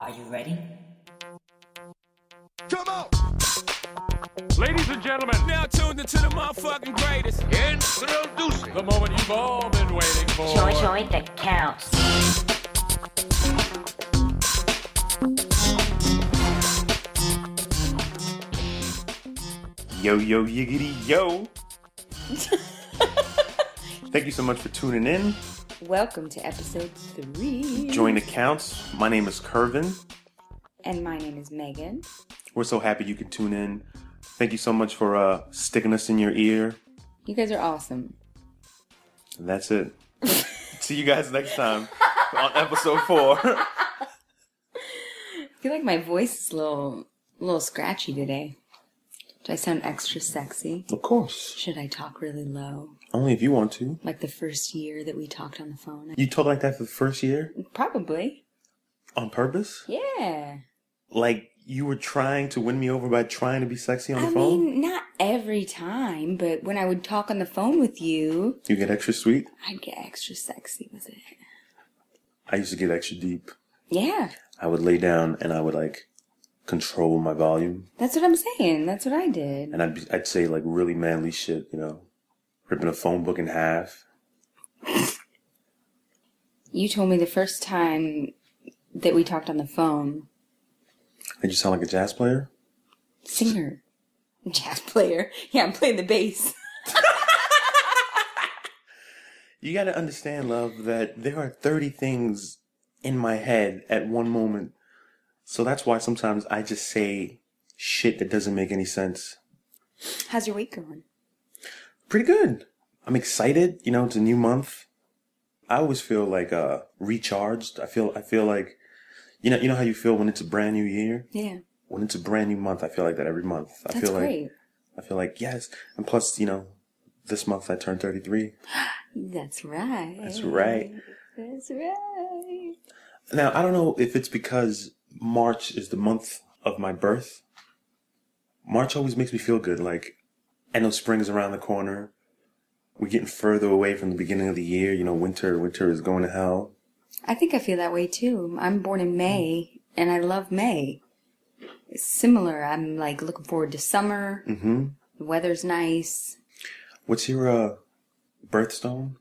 Are you ready? Come on! Ladies and gentlemen, Now tuned into the motherfucking greatest. Introducing the moment you've all been waiting for. Joy, joy, that counts. Yo, yo, yiggity, yo. Thank you so much for tuning in. Welcome to episode three. Join the counts. My name is Curvin. And my name is Megan. We're so happy you could tune in. Thank you so much for uh, sticking us in your ear. You guys are awesome. And that's it. See you guys next time on episode four. I feel like my voice is a little, a little scratchy today. Do I sound extra sexy? of course. Should I talk really low? Only if you want to. Like the first year that we talked on the phone? You talk like that for the first year Probably. on purpose? Yeah. Like you were trying to win me over by trying to be sexy on the I phone? mean, not every time, but when I would talk on the phone with you, you get extra sweet. I'd get extra sexy with it. I used to get extra deep. Yeah. I would lay down and I would like control my volume. That's what I'm saying. That's what I did. and I'd, be, I'd say like really manly shit, you know, ripping a phone book in half. You told me the first time that we talked on the phone Did you sound like a jazz player? singer, jazz player. Yeah, I'm playing the bass. You gotta understand, love, that there are 30 things in my head at one moment. So that's why sometimes I just say shit that doesn't make any sense. How's your week going? Pretty good. I'm excited, you know, it's a new month. I always feel like uh recharged. I feel I feel like you know you know how you feel when it's a brand new year? Yeah, When it's a brand new month, I feel like that every month. I that's feel like great. I feel like yes, and plus, you know, this month I turned 33. That's right. That's right. That's right. Now I don't know if it's because March is the month of my birth. March always makes me feel good. Like I know spring's around the corner. We're getting further away from the beginning of the year. You know, winter, winter is going to hell. I think I feel that way too. I'm born in May, and I love May. It's similar. I'm like looking forward to summer. Mm-hmm. The weather's nice. What's your uh, birthstone?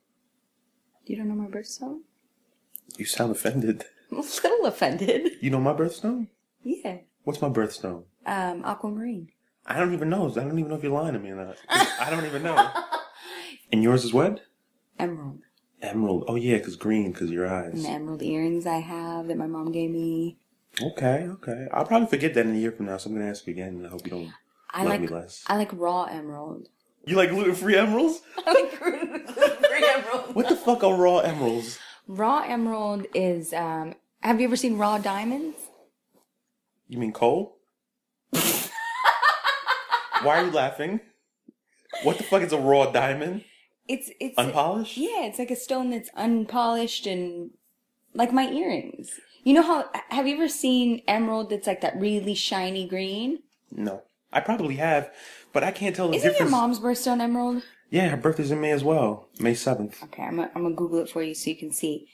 You don't know my birthstone? You sound offended. I'm a little offended. You know my birthstone? Yeah. What's my birthstone? Um, aquamarine. I don't even know. I don't even know if you're lying to me or not. I don't even know. And yours is what? Emerald. Emerald. Oh yeah, because green, because your eyes. And the emerald earrings I have that my mom gave me. Okay, okay. I'll probably forget that in a year from now, so I'm gonna ask you again, and I hope you don't. I Love me like less. I like raw emerald. You like gluten-free emeralds? I like gluten-free emerald. What the fuck are raw emeralds? Raw emerald is. Um, have you ever seen raw diamonds? You mean coal? Why are you laughing? What the fuck is a raw diamond? It's it's Unpolished? yeah, it's like a stone that's unpolished and like my earrings. You know how? Have you ever seen emerald that's like that really shiny green? No, I probably have, but I can't tell the Isn't your difference. mom's birthstone emerald? Yeah, her birthday's in May as well, May seventh. Okay, I'm gonna, I'm gonna Google it for you so you can see.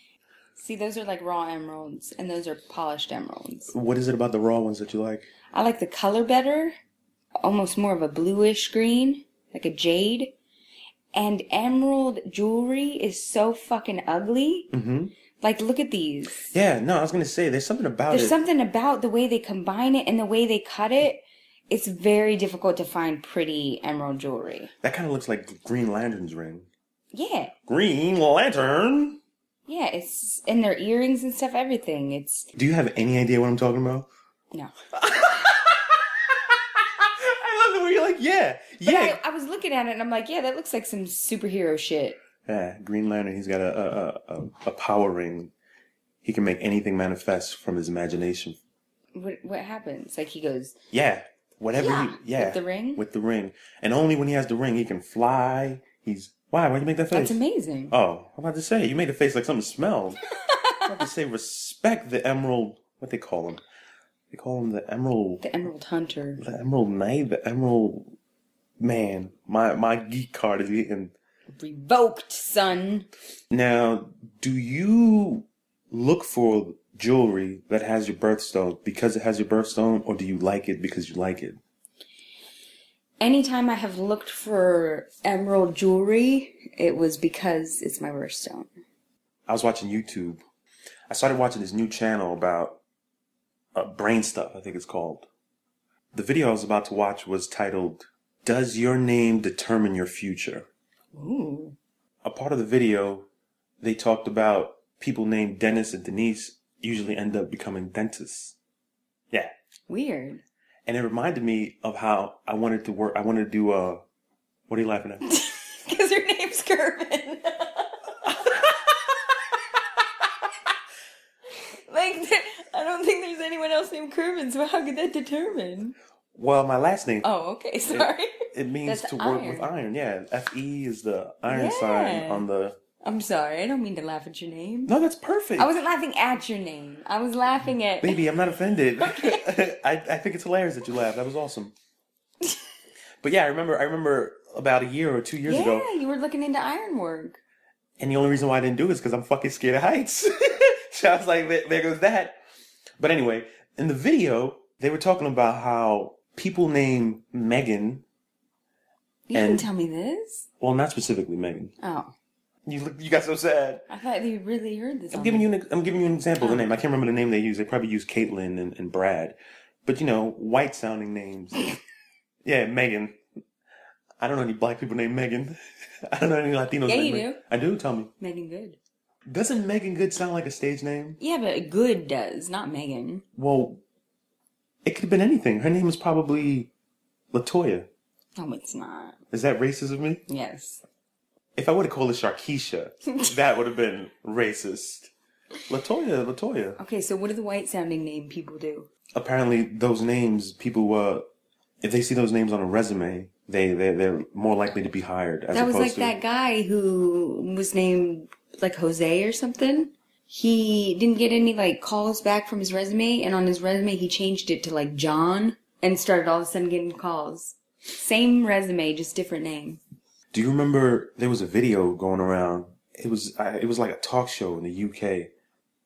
See, those are like raw emeralds, and those are polished emeralds. What is it about the raw ones that you like? I like the color better, almost more of a bluish green, like a jade. And emerald jewelry is so fucking ugly. Mm-hmm. Like, look at these. Yeah, no, I was gonna say there's something about There's it. something about the way they combine it and the way they cut it. It's very difficult to find pretty emerald jewelry. that kind of looks like Green Lantern's ring. Yeah, Green Lantern. yeah. It's in their earrings and stuff. Everything. It's Do you have any idea what I'm talking about? no. I love the way you're like, yeah, But yeah. I, I was looking at it and I'm like, yeah, that looks like some superhero shit. yeah, Green Lantern, he's got a, a, a, a power ring. He can make anything manifest from his imagination. What what happens? Like he goes, Yeah, whatever Yeah, he, yeah. with the ring? With the ring. And only when he has the ring, he can fly. He's, why, why'd you make that face? that's amazing. Oh, I'm about to say, you made a face like something smelled. I'm about to say, respect the emerald, what they call him? They call him the emerald. The Emerald Hunter. The Emerald Knight, the Emerald Man. My my geek card is getting Revoked, son. now. Do you look for jewelry that has your birthstone because it has your birthstone, or do you like it because you like it? Anytime I have looked for emerald jewelry, it was because it's my birthstone. I was watching YouTube. I started watching this new channel about uh, brain stuff, I think it's called. The video I was about to watch was titled, Does Your Name Determine Your Future? Ooh. a part of the video, they talked about people named Dennis and Denise usually end up becoming dentists. Yeah. Weird. And it reminded me of how I wanted to work. I wanted to do, uh, what are you laughing at? Because your name's Kirvin. like, there- I don't think there's anyone else named Kirvin, so how could that determine? well, my last name, Oh, okay, sorry. it means that's to work with iron. Yeah. F-E is the iron sign Yeah. on the, I'm sorry, I don't mean to laugh at your name. no, that's perfect. I wasn't laughing at your name, I was laughing at. Baby, I'm not offended. I, I think it's hilarious that you laughed. That was awesome. but yeah, I remember, I remember about a year or two years yeah, ago. you were looking into ironwork. And the only reason why I didn't do it is because I'm fucking scared of heights. so I was like, there, there goes that. But anyway, in the video, they were talking about how people name Megan, You And- didn't tell me this. well, not specifically Megan. Oh, You look, you got so sad. I thought you really heard this. I'm on giving the- you an, I'm giving you an example of the name. I can't remember the name they use. They probably use Caitlin and, and Brad, but you know, white sounding names. yeah, Megan. I don't know any black people named Megan. I don't know any Latinos. Yeah, named you Megan. do. I do. Tell me, Megan Good. doesn't Megan Good sound like a stage name? Yeah, but Good does, not Megan. Well, it could have been anything. Her name was probably Latoya. No, it's not. Is that racist of me? Yes. If I would have called it Sharkeisha, that would have been racist. Latoya, Latoya. Okay, so what do the white sounding name people do? Apparently, those names, people, uh, if they see those names on a resume, they, they, they're more likely to be hired as that was opposed like to. that guy who was named like Jose or something. He didn't get any like calls back from his resume, and on his resume he changed it to like John and started all of a sudden getting calls. Same resume, just different name. Do you remember there was a video going around? It was I, it was like a talk show in the UK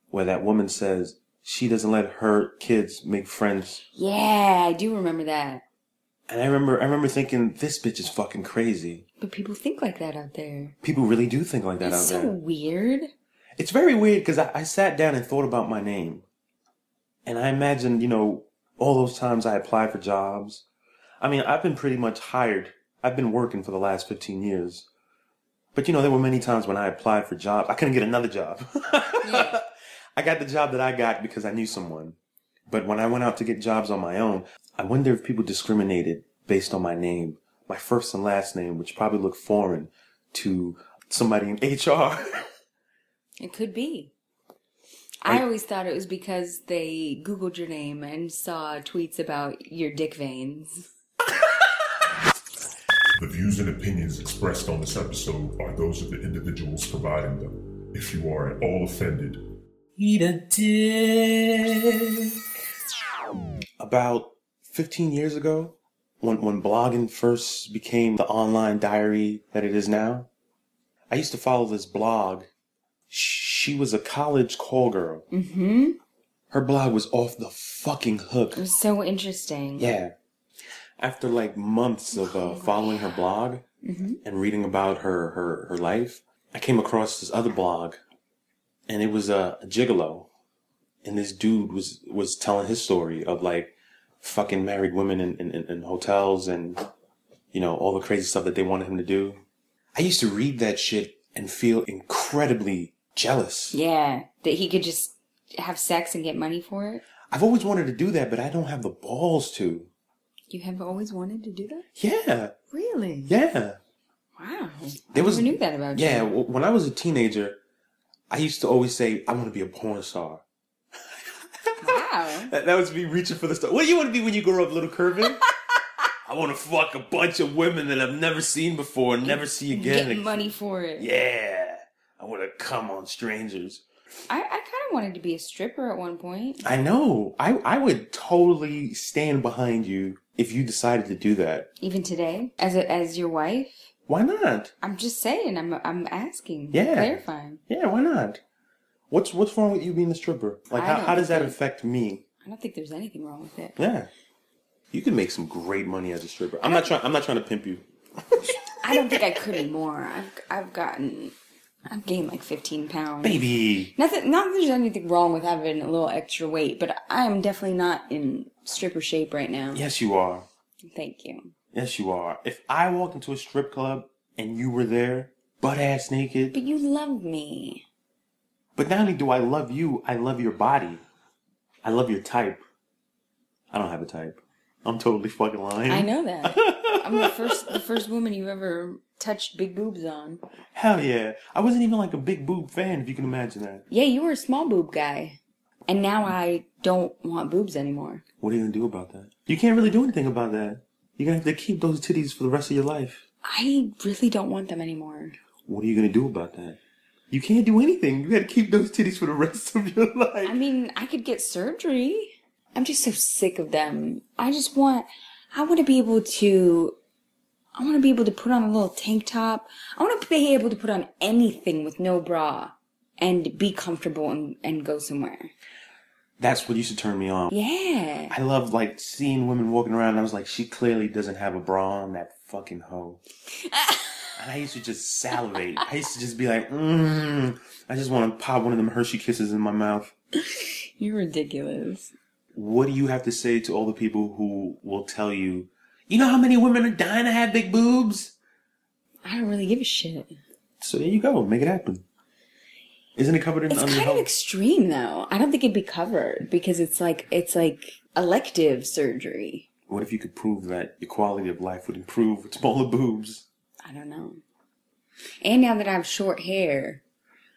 where that woman says she doesn't let her kids make friends Yeah, I do remember that. And I remember, I remember thinking, this bitch is fucking crazy. But people think like that out there. People really do think like that That's out so there. weird. It's very weird because I, I sat down and thought about my name, and I imagined, you know, all those times I applied for jobs. I mean, I've been pretty much hired. I've been working for the last fifteen years, but you know, there were many times when I applied for jobs, I couldn't get another job. Yeah. I got the job that I got because I knew someone. But when I went out to get jobs on my own, I wonder if people discriminated based on my name, my first and last name, which probably looked foreign to somebody in HR. It could be. I Like- always thought it was because they Googled your name and saw tweets about your dick veins. The views and opinions expressed on this episode are those of the individuals providing them. If you are at all offended, About 15 years ago, when, when blogging first became the online diary that it is now, I used to follow this blog. She was a college call girl. Mm-hmm. Her blog was off the fucking hook. It was so interesting. Yeah. After like months of uh, following her blog and reading about her, her her life, I came across this other blog, and it was a, a gigolo, and this dude was was telling his story of like fucking married women in, in, in in hotels and you know all the crazy stuff that they wanted him to do. I used to read that shit and feel incredibly jealous. Yeah. That he could just have sex and get money for it. I've always wanted to do that, but I don't have the balls to. You have always wanted to do that? Yeah, Really? yeah. Wow. There I was- never knew that about Yeah, you. w- when I was a teenager, I used to always say, I want to be a porn star. Wow. That, that was me reaching for the star. What do you want to be when you grow up, little Curvin? I want to fuck a bunch of women that I've never seen before and never see again. Get money for it. Yeah. I want to come on strangers. I, I kind of wanted to be a stripper at one point. I know. I, I would totally stand behind you if you decided to do that. Even today, as a, as your wife, Why not? I'm just saying. I'm I'm asking. Yeah. Clarifying. Yeah, why not? What's what's wrong with you being a stripper? Like, I how, don't how does that think- affect me? I don't think there's anything wrong with it. Yeah, you can make some great money as a stripper. I'm not trying. I'm not trying to pimp you. I don't think I could anymore. I've I've gotten I've gained like 15 pounds. Baby, Nothing. Not that there's anything wrong with having a little extra weight, but I am definitely not in stripper shape right now. yes, you are. Thank you. Yes, you are. If I walked into a strip club and you were there, butt ass naked, But you love me. but not only do I love you, I love your body. I love your type. I don't have a type. I'm totally fucking lying. I know that. I'm the first the first woman you ever touched big boobs on. Hell yeah. I wasn't even like a big boob fan, if you can imagine that. Yeah, you were a small boob guy, and now I don't want boobs anymore. What are you gonna do about that? You can't really do anything about that. You're gonna have to keep those titties for the rest of your life. I really don't want them anymore. What are you gonna do about that? You can't do anything. You gotta keep those titties for the rest of your life. I mean, I could get surgery. I'm just so sick of them. I just want, I want to be able to, I want to be able to put on a little tank top. I want to be able to put on anything with no bra and be comfortable and, and go somewhere. That's what used to turn me on. Yeah. I love like seeing women walking around. And I was like, she clearly doesn't have a bra on that fucking hoe. and I used to just salivate. I used to just be like, mmm. I just want to pop one of them Hershey kisses in my mouth. You're ridiculous. What do you have to say to all the people who will tell you, you know how many women are dying to have big boobs? I don't really give a shit. So there you go. Make it happen. Isn't it covered in It's under kind of hoe? extreme though. I don't think it'd be covered because it's like, it's like elective surgery. what if you could prove that your quality of life would improve with smaller boobs? I don't know. And now that I have short hair,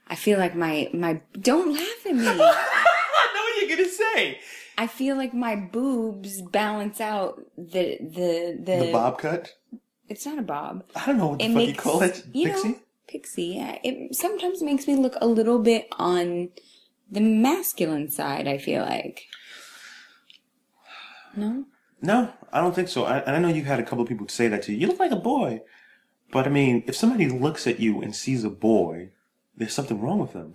I feel like my my don't laugh at me. I know what you're gonna say. I feel like my boobs balance out the the the. The bob cut? It's not a bob. I don't know what the It fuck makes you call it. you know, Pixie? pixie. Yeah, it sometimes makes me look a little bit on the masculine side. I feel like. No, No, I don't think so. I, and I know you've had a couple of people say that to you. You look like a boy. But I mean, if somebody looks at you and sees a boy, there's something wrong with them.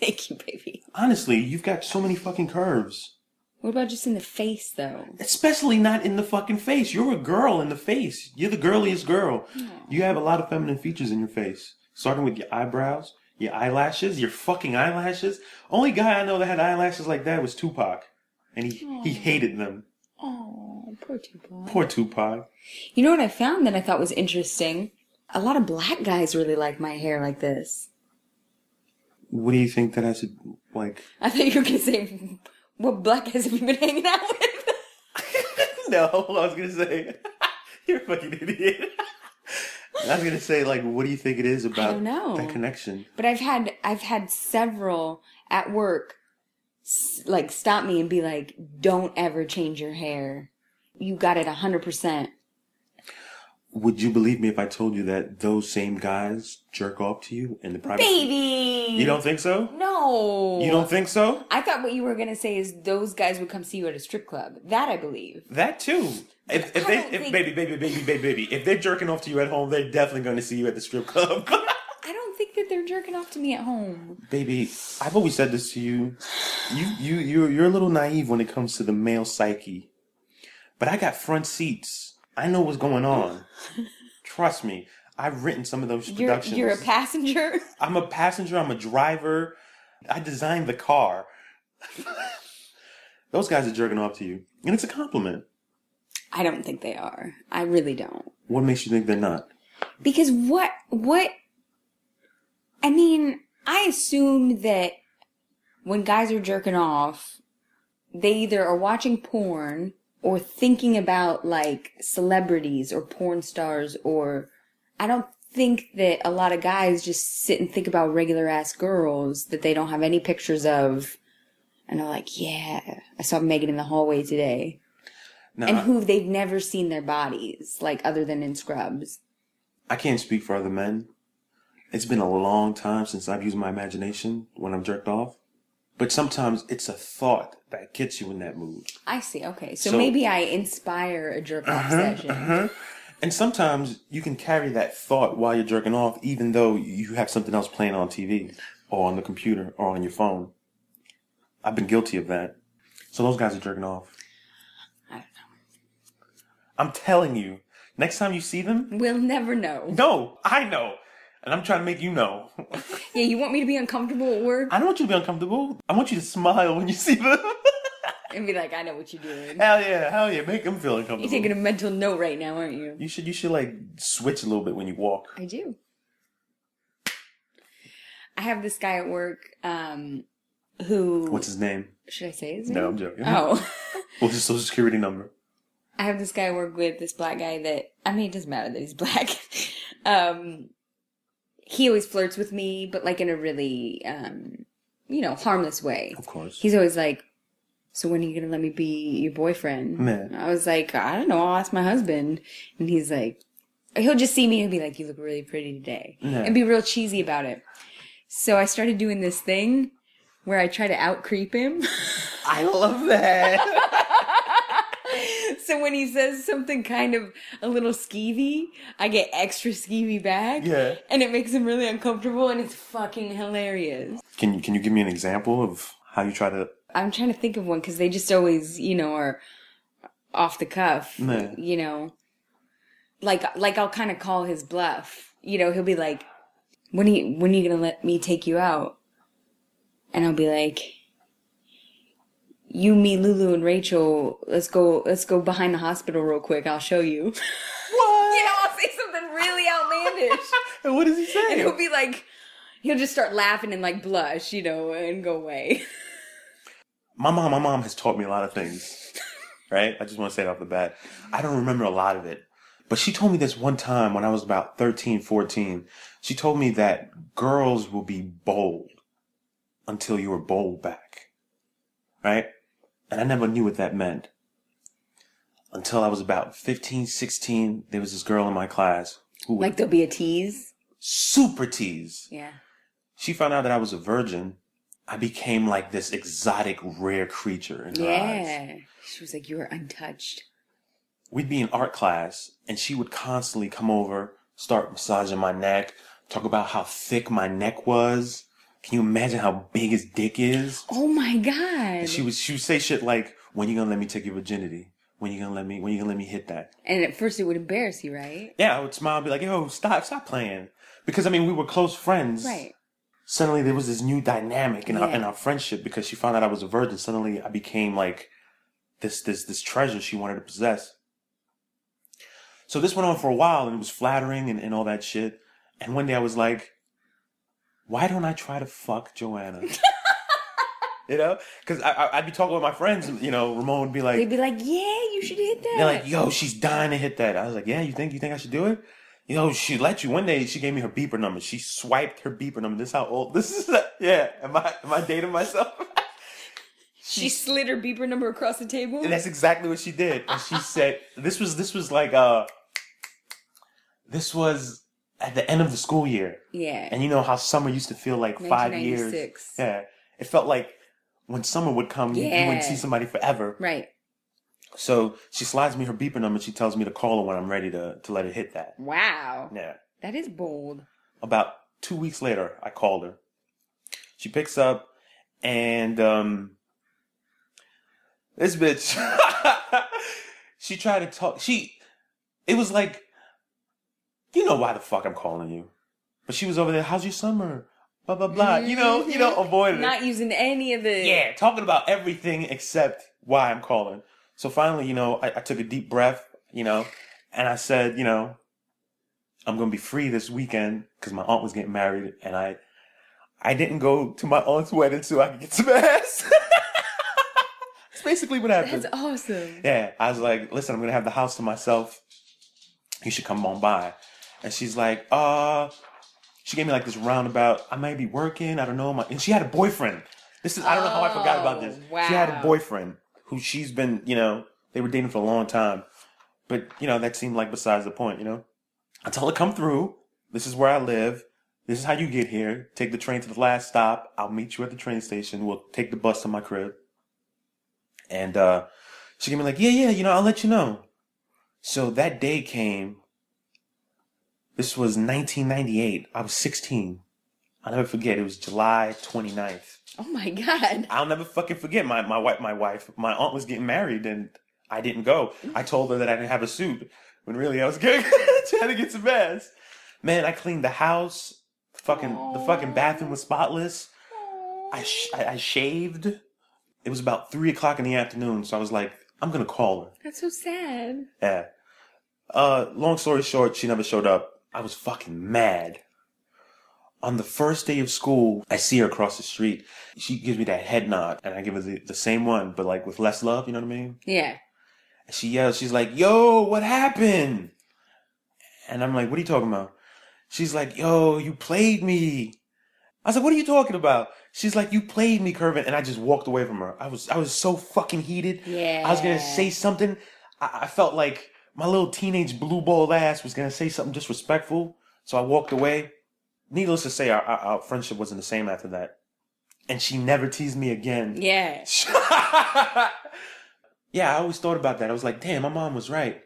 thank you, baby. Honestly, you've got so many fucking curves. What about just in the face though? Especially not in the fucking face. You're a girl in the face. You're the girliest girl. You have a lot of feminine features in your face. Starting with your eyebrows, your eyelashes, your fucking eyelashes. Only guy I know that had eyelashes like that was Tupac. And he, he hated them. Oh, poor Tupac. Poor Tupac. You know what I found that I thought was interesting? A lot of black guys really like my hair like this. What do you think that has to, like, I thought you were gonna say, "What black guys have you been hanging out with?" no, I was gonna say you're a fucking idiot. I was gonna say like, what do you think it is about don't know. that connection? But I've had I've had several at work, s- like stop me and be like, "Don't ever change your hair. You got it hundred percent." Would you believe me if I told you that those same guys jerk off to you in the private? Baby, You don't think so? No, You don't think so? I thought what you were gonna say is those guys would come see you at a strip club. That I believe. That too. If, if I they, don't if, think- baby, baby, baby, baby, baby, if they're jerking off to you at home, they're definitely going to see you at the strip club. I don't think that they're jerking off to me at home. baby, I've always said this to you. You, you, you're, you're a little naive when it comes to the male psyche, but I got front seats. I know what's going on. Trust me. I've written some of those You're productions. you're a passenger. I'm a passenger. I'm a driver. I designed the car. those guys are jerking off to you, and it's a compliment. I don't think they are. I really don't. What makes you think they're not? Because what what I mean, I assume that when guys are jerking off, they either are watching porn or thinking about like celebrities or porn stars or I don't think that a lot of guys just sit and think about regular ass girls that they don't have any pictures of and are like, Yeah, I saw Megan in the hallway today Now, and I- who they've never seen their bodies, like other than in scrubs. I can't speak for other men. It's been a long time since I've used my imagination when I'm jerked off. But sometimes it's a thought that gets you in that mood. I see. Okay, So- so, Uh-huh, maybe I inspire a jerk off session. And sometimes you can carry that thought while you're jerking off, even though you have something else playing on TV. or on the computer or on your phone. I've been guilty of that. So those guys are jerking off. I don't know. I'm telling you, next time you see them, We'll never know. no, I know. And I'm trying to make you know. Yeah, you want me to be uncomfortable at work I don't want you to be uncomfortable. I want you to smile when you see them. and be like, I know what you're doing. hell yeah, hell yeah. Make them feel uncomfortable. You're taking a mental note right now, aren't you? you should you should like switch a little bit when you walk. I do. I have this guy at work um, who. What's his name? should I say his name? No, I'm joking. Oh. What's his social security number? I have this guy I work with, this black guy that I mean, it doesn't matter that he's black. um, he always flirts with me, but like in a really, um, you know, harmless way. Of course. He's always like, "So when are you gonna let me be your boyfriend?" Man. I was like, "I don't know. I'll ask my husband." And he's like, "He'll just see me and be like, you look really pretty today,' Yeah. and be real cheesy about it." So I started doing this thing where I try to out creep him. I love that. So when he says something kind of a little skeevy, I get extra skeevy back. Yeah. And it makes him really uncomfortable and it's fucking hilarious. can you can you give me an example of how you try to I'm trying to think of one because they just always, you know, are off the cuff. Yeah. You know, like like I'll kind of call his bluff. You know, he'll be like, "When are you when are you gonna let me take you out?" And I'll be like, "You, me, Lulu, and Rachel. Let's go. Let's go behind the hospital real quick. I'll show you." What? you know, I'll say something really outlandish, And what does he and say? he'll be like, he'll just start laughing and like blush, you know, and go away. my mom, my mom has taught me a lot of things. Right? I just want to say it off the bat. I don't remember a lot of it. But she told me this one time when I was about 13, 14. She told me that girls will be bold until you are bold back. Right? And I never knew what that meant. Until I was about 15, 16, there was this girl in my class who would Like there'll be a tease. super tease. Yeah. she found out that I was a virgin, I became like this exotic, rare creature in her eyes. Yeah. She was like, You are untouched. We'd be in art class, and she would constantly come over, start massaging my neck, talk about how thick my neck was. Can you imagine how big his dick is? Oh my God. And she would she would say shit like, "When you gonna let me take your virginity? When you gonna let me? When you gonna let me hit that?" and at first it would embarrass you, right? Yeah, I would smile and be like, "Yo, stop, stop playing," because I mean we were close friends. Right. suddenly there was this new dynamic in, our, Yeah. in our friendship because she found out I was a virgin. Suddenly I became like this this this treasure she wanted to possess. So this went on for a while and it was flattering and, and all that shit. And one day I was like, why don't I try to fuck Joanna? you know? Because I, I, I'd be talking with my friends, you know, Ramon would be like, They'd be like, Yeah, you should hit that. they're like, yo, she's dying to hit that. I was like, yeah, you think you think I should do it? You know, she let you. One day, she gave me her beeper number. She swiped her beeper number. This is how old. This is yeah. Am I am I dating myself? she slid her beeper number across the table. And that's exactly what she did. And she said, this was this was like uh, this was at the end of the school year. yeah. And you know how summer used to feel like five years. 1996. Yeah, it felt like when summer would come, you- you Yeah. wouldn't see somebody forever. right. So she slides me her beeper number. She tells me to call her when I'm ready to to let her hit that. Wow. Yeah. That is bold. about two weeks later, I called her. She picks up, and um, this bitch, she tried to talk. She, it was like, you know why the fuck I'm calling you, but she was over there. How's your summer? Blah blah blah. You know, you know, avoided it. Not using any of the Yeah, talking about everything except why I'm calling. So finally, you know, I, I took a deep breath, you know, and I said, you know, I'm gonna be free this weekend because my aunt was getting married, and I, I didn't go to my aunt's wedding so I could get some ass. That's basically what happened. That's awesome. Yeah, I was like, listen, I'm gonna have the house to myself. You should come on by. And she's like, uh, she gave me like this roundabout. I might be working. I don't know. My and she had a boyfriend. This is I don't know how I forgot about this. Oh, She had a wow. boyfriend who she's been, you know, they were dating for a long time. But you know, that seemed like besides the point. You know, I tell her come through. This is where I live. This is how you get here. Take the train to the last stop. I'll meet you at the train station. We'll take the bus to my crib. And uh, she gave me like, yeah, yeah, you know, I'll let you know. So that day came. This was 1998. I was 16. I'll never forget. It was July 29th. Oh my god. I'll never fucking forget. My my wife, my wife, my aunt was getting married, and I didn't go. I told her that I didn't have a suit when really I was getting, trying to get some ass. Man, I cleaned the house. Fucking the fucking bathroom was spotless. I, sh- I I shaved. It was about three o'clock in the afternoon, so I was like, I'm gonna call her. That's so sad. Yeah. Uh, long story short, she never showed up. I was fucking mad. On the first day of school, I see her across the street. She gives me that head nod, and I give her the, the same one, but like with less love, you know what I mean? Yeah. And she yells, she's like, Yo, what happened? And I'm like, What are you talking about? She's like, Yo, you played me. I was like, What are you talking about? She's like, You played me, Curvin. And I just walked away from her. I was I was so fucking heated. Yeah. I was gonna say something. I, I felt like my little teenage blue ball ass was gonna say something disrespectful, so I walked away. Needless to say, our, our, our friendship wasn't the same after that, and she never teased me again. Yeah. yeah, I always thought about that. I was like, damn, my mom was right.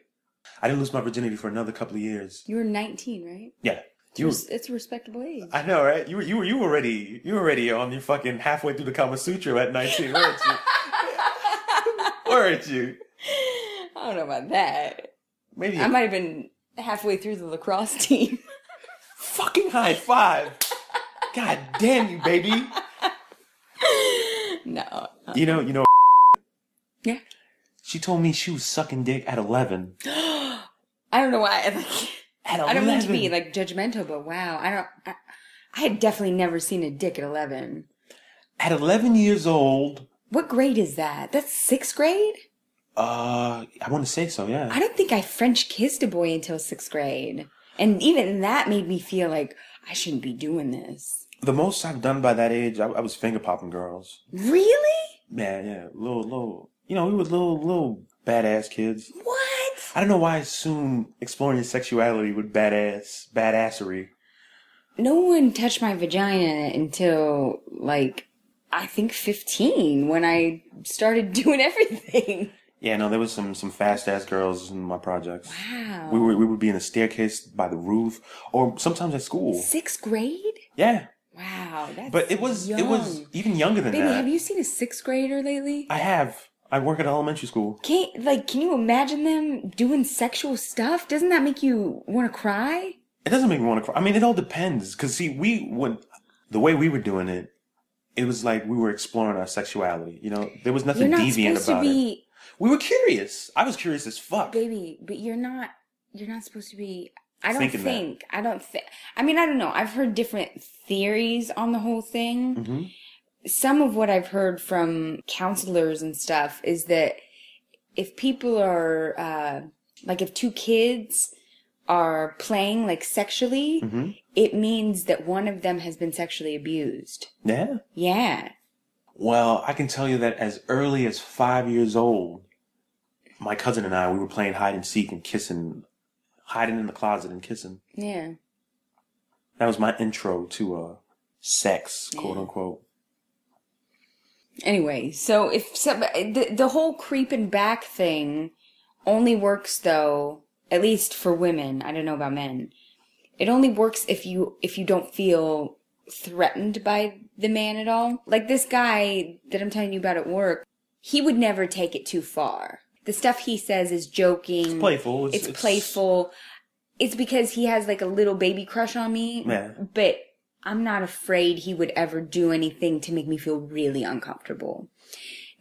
I didn't lose my virginity for another couple of years. You were 19, right? Yeah, It you. was, it's a respectable age. I know, right? You were you were you were already you were already on your fucking halfway through the Kama Sutra at nineteen, weren't you? weren't you? I don't know about that. Maybe I might have been halfway through the lacrosse team. fucking high five. God damn you, baby. no. You know, you know. Yeah. She told me she was sucking dick at eleven. I don't know why. I, like, At I eleven. don't mean to be like judgmental, but wow, I don't. I, I had definitely never seen a dick at 11. at eleven years old. What grade is that? That's sixth grade? Uh, I want to say so. Yeah. I don't think I French kissed a boy until sixth grade. And even that made me feel like I shouldn't be doing this. the most I've done by that age, I, I was finger popping girls. Really? Man, yeah, little, little. You know, we were little, little badass kids. What? I don't know why I assume exploring your sexuality with badass, badassery. No one touched my vagina until like I think 15 when I started doing everything. Yeah, no, there was some some fast ass girls in my projects. Wow. We would we would be in a staircase by the roof, or sometimes at school. Sixth grade? Yeah, Wow, that's but it was it was young. even younger than Baby, that. have you seen a sixth grader lately? I have. I work at an elementary school. Can't like, can you imagine them doing sexual stuff? Doesn't that make you want to cry? It doesn't make me want to cry. I mean, it all depends. Cause see, we when the way we were doing it, it was like we were exploring our sexuality. You know, there was You're nothing not deviant supposed to about it. be, We were curious. I was curious as fuck. baby, but you're not. You're not supposed to be. I don't Thinking that. think. I don't think. I mean, I don't know. I've heard different theories on the whole thing. hmm some of what I've heard from counselors and stuff is that if people are uh, like if two kids are playing like sexually, Mhm. it means that one of them has been sexually abused. Yeah. Yeah. Well, I can tell you that as early as five years old, my cousin and I, we were playing hide and seek and kissing, hiding in the closet and kissing. Yeah. That was my intro to uh, sex, quote unquote. Anyway, so if some the, the whole creeping back thing only works though, at least for women. I don't know about men. It only works if you if you don't feel threatened by the man at all. Like this guy that I'm telling you about at work, he would never take it too far. The stuff he says is joking. It's playful. It's- It's, it's- playful. It's because he has like a little baby crush on me. Yeah. But I'm not afraid he would ever do anything to make me feel really uncomfortable.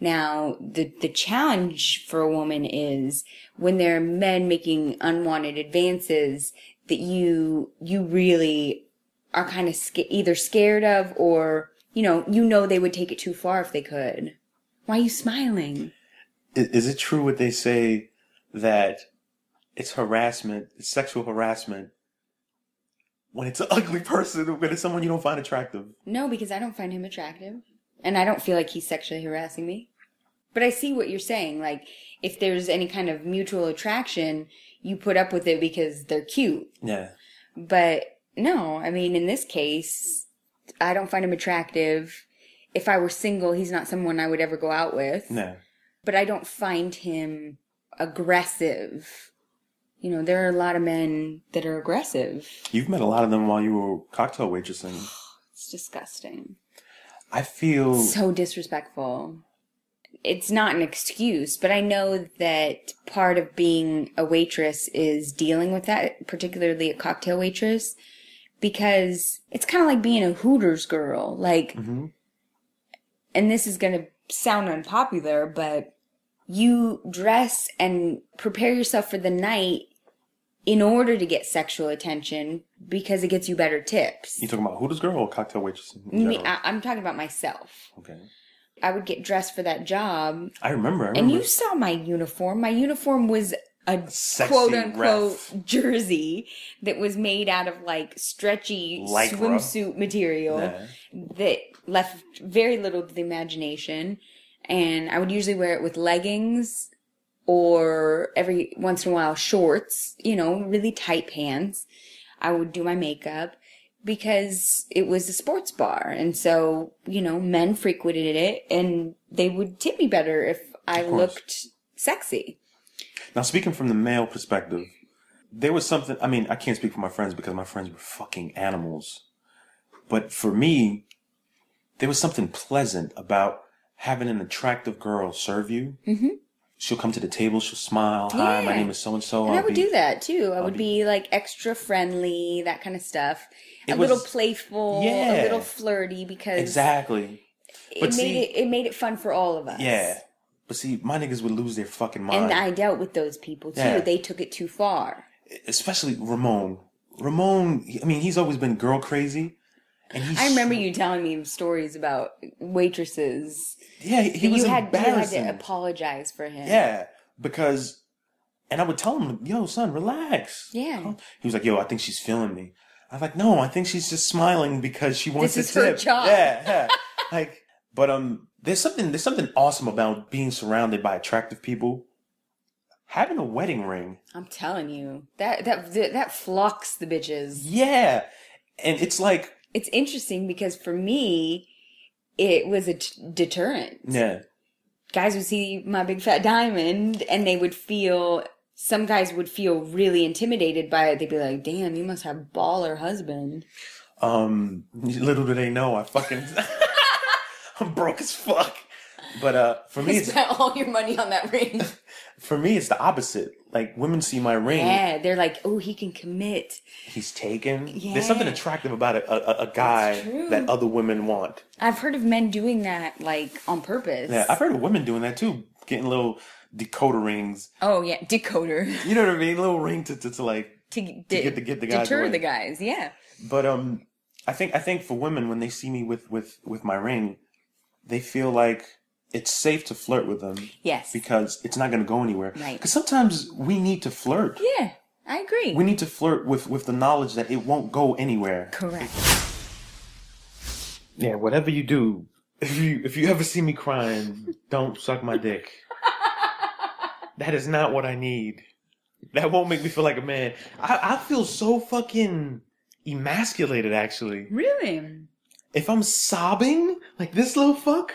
Now, the, the challenge for a woman is when there are men making unwanted advances that you, you really are kind of sca- either scared of or, you know, you know they would take it too far if they could. Why are you smiling? I- Is it true what they say that it's harassment, it's sexual harassment, when it's an ugly person, when it's someone you don't find attractive? No, because I don't find him attractive. And I don't feel like he's sexually harassing me. But I see what you're saying. Like, if there's any kind of mutual attraction, you put up with it because they're cute. Yeah. But no, I mean, in this case, I don't find him attractive. If I were single, he's not someone I would ever go out with. Yeah. But I don't find him aggressive. You know, there are a lot of men that are aggressive. You've met a lot of them while you were cocktail waitressing. It's disgusting. I feel so disrespectful. It's not an excuse, but I know that part of being a waitress is dealing with that, particularly a cocktail waitress, because it's kind of like being a Hooters girl. Like, Mhm. and this is going to sound unpopular, but you dress and prepare yourself for the night in order to get sexual attention because it gets you better tips. you talking about Hooters girl or cocktail waitress? in Me, general? I, I'm talking about myself. okay, I would get dressed for that job. I remember. I remember. And you saw my uniform. My uniform was a Sexy quote unquote ref. jersey that was made out of like stretchy Lycra. swimsuit material Yeah. that left very little to the imagination. And I would usually wear it with leggings or every once in a while shorts, you know, really tight pants. I would do my makeup because it was a sports bar. And so, you know, men frequented it and they would tip me better if I course. looked sexy. Now, speaking from the male perspective, there was something. I mean, I can't speak for my friends because my friends were fucking animals. But for me, there was something pleasant about having an attractive girl serve you. Mm-hmm. She'll come to the table. She'll smile. Hi, my Yeah. name is so and so. And I would do that too. I would be, like extra friendly, that kind of stuff. A It little was- playful, Yeah. a little flirty because exactly. it But made see- it it made it fun for all of us. Yeah. But see, my niggas would lose their fucking mind. And I dealt with those people too. Yeah. They took it too far. Especially Ramon. Ramon. I mean, he's always been girl crazy. And he's, I remember you telling me stories about waitresses. Yeah, he, he was you had you had embarrassing. to apologize for him. Yeah, because, and I would tell him, "Yo, son, relax." Yeah. He was like, "Yo, I think she's feeling me." I was like, "No, I think she's just smiling because she wants This to is her tip." job. Yeah, yeah. like, but um, there's something there's something awesome about being surrounded by attractive people. Having a wedding ring, I'm telling you. That that that flocks the bitches. yeah, and it's like, It's interesting because for me it was a t- deterrent. yeah, guys would see my big fat diamond and they would feel some guys would feel really intimidated by it. They'd be like, damn, you must have baller husband. um, little do they know, I fucking, I'm broke as fuck. But uh, for me, You it's spent all your money on that ring. for me, it's the opposite. Like women see my ring, Yeah, they're like, oh, he can commit. he's taken. There's something Yeah. attractive about a, a, a guy that other women want. I've heard of men doing that like on purpose. Yeah, I've heard of women doing that too, getting little decoder rings. oh, yeah, decoder You know what I mean? Little ring to, to, to like. to, get the- get the guys deter away. the guys. Yeah. But um, I think I think for women when they see me with with with my ring, they feel like it's safe to flirt with them Yes. because it's not going to go anywhere. Right. Because sometimes we need to flirt. yeah, I agree. We need to flirt with with the knowledge that it won't go anywhere. Correct. Yeah, whatever you do, if you if you ever see me crying, don't suck my dick. that is not what I need. That won't make me feel like a man. I, I feel so fucking emasculated actually. Really? If I'm sobbing like this little fuck,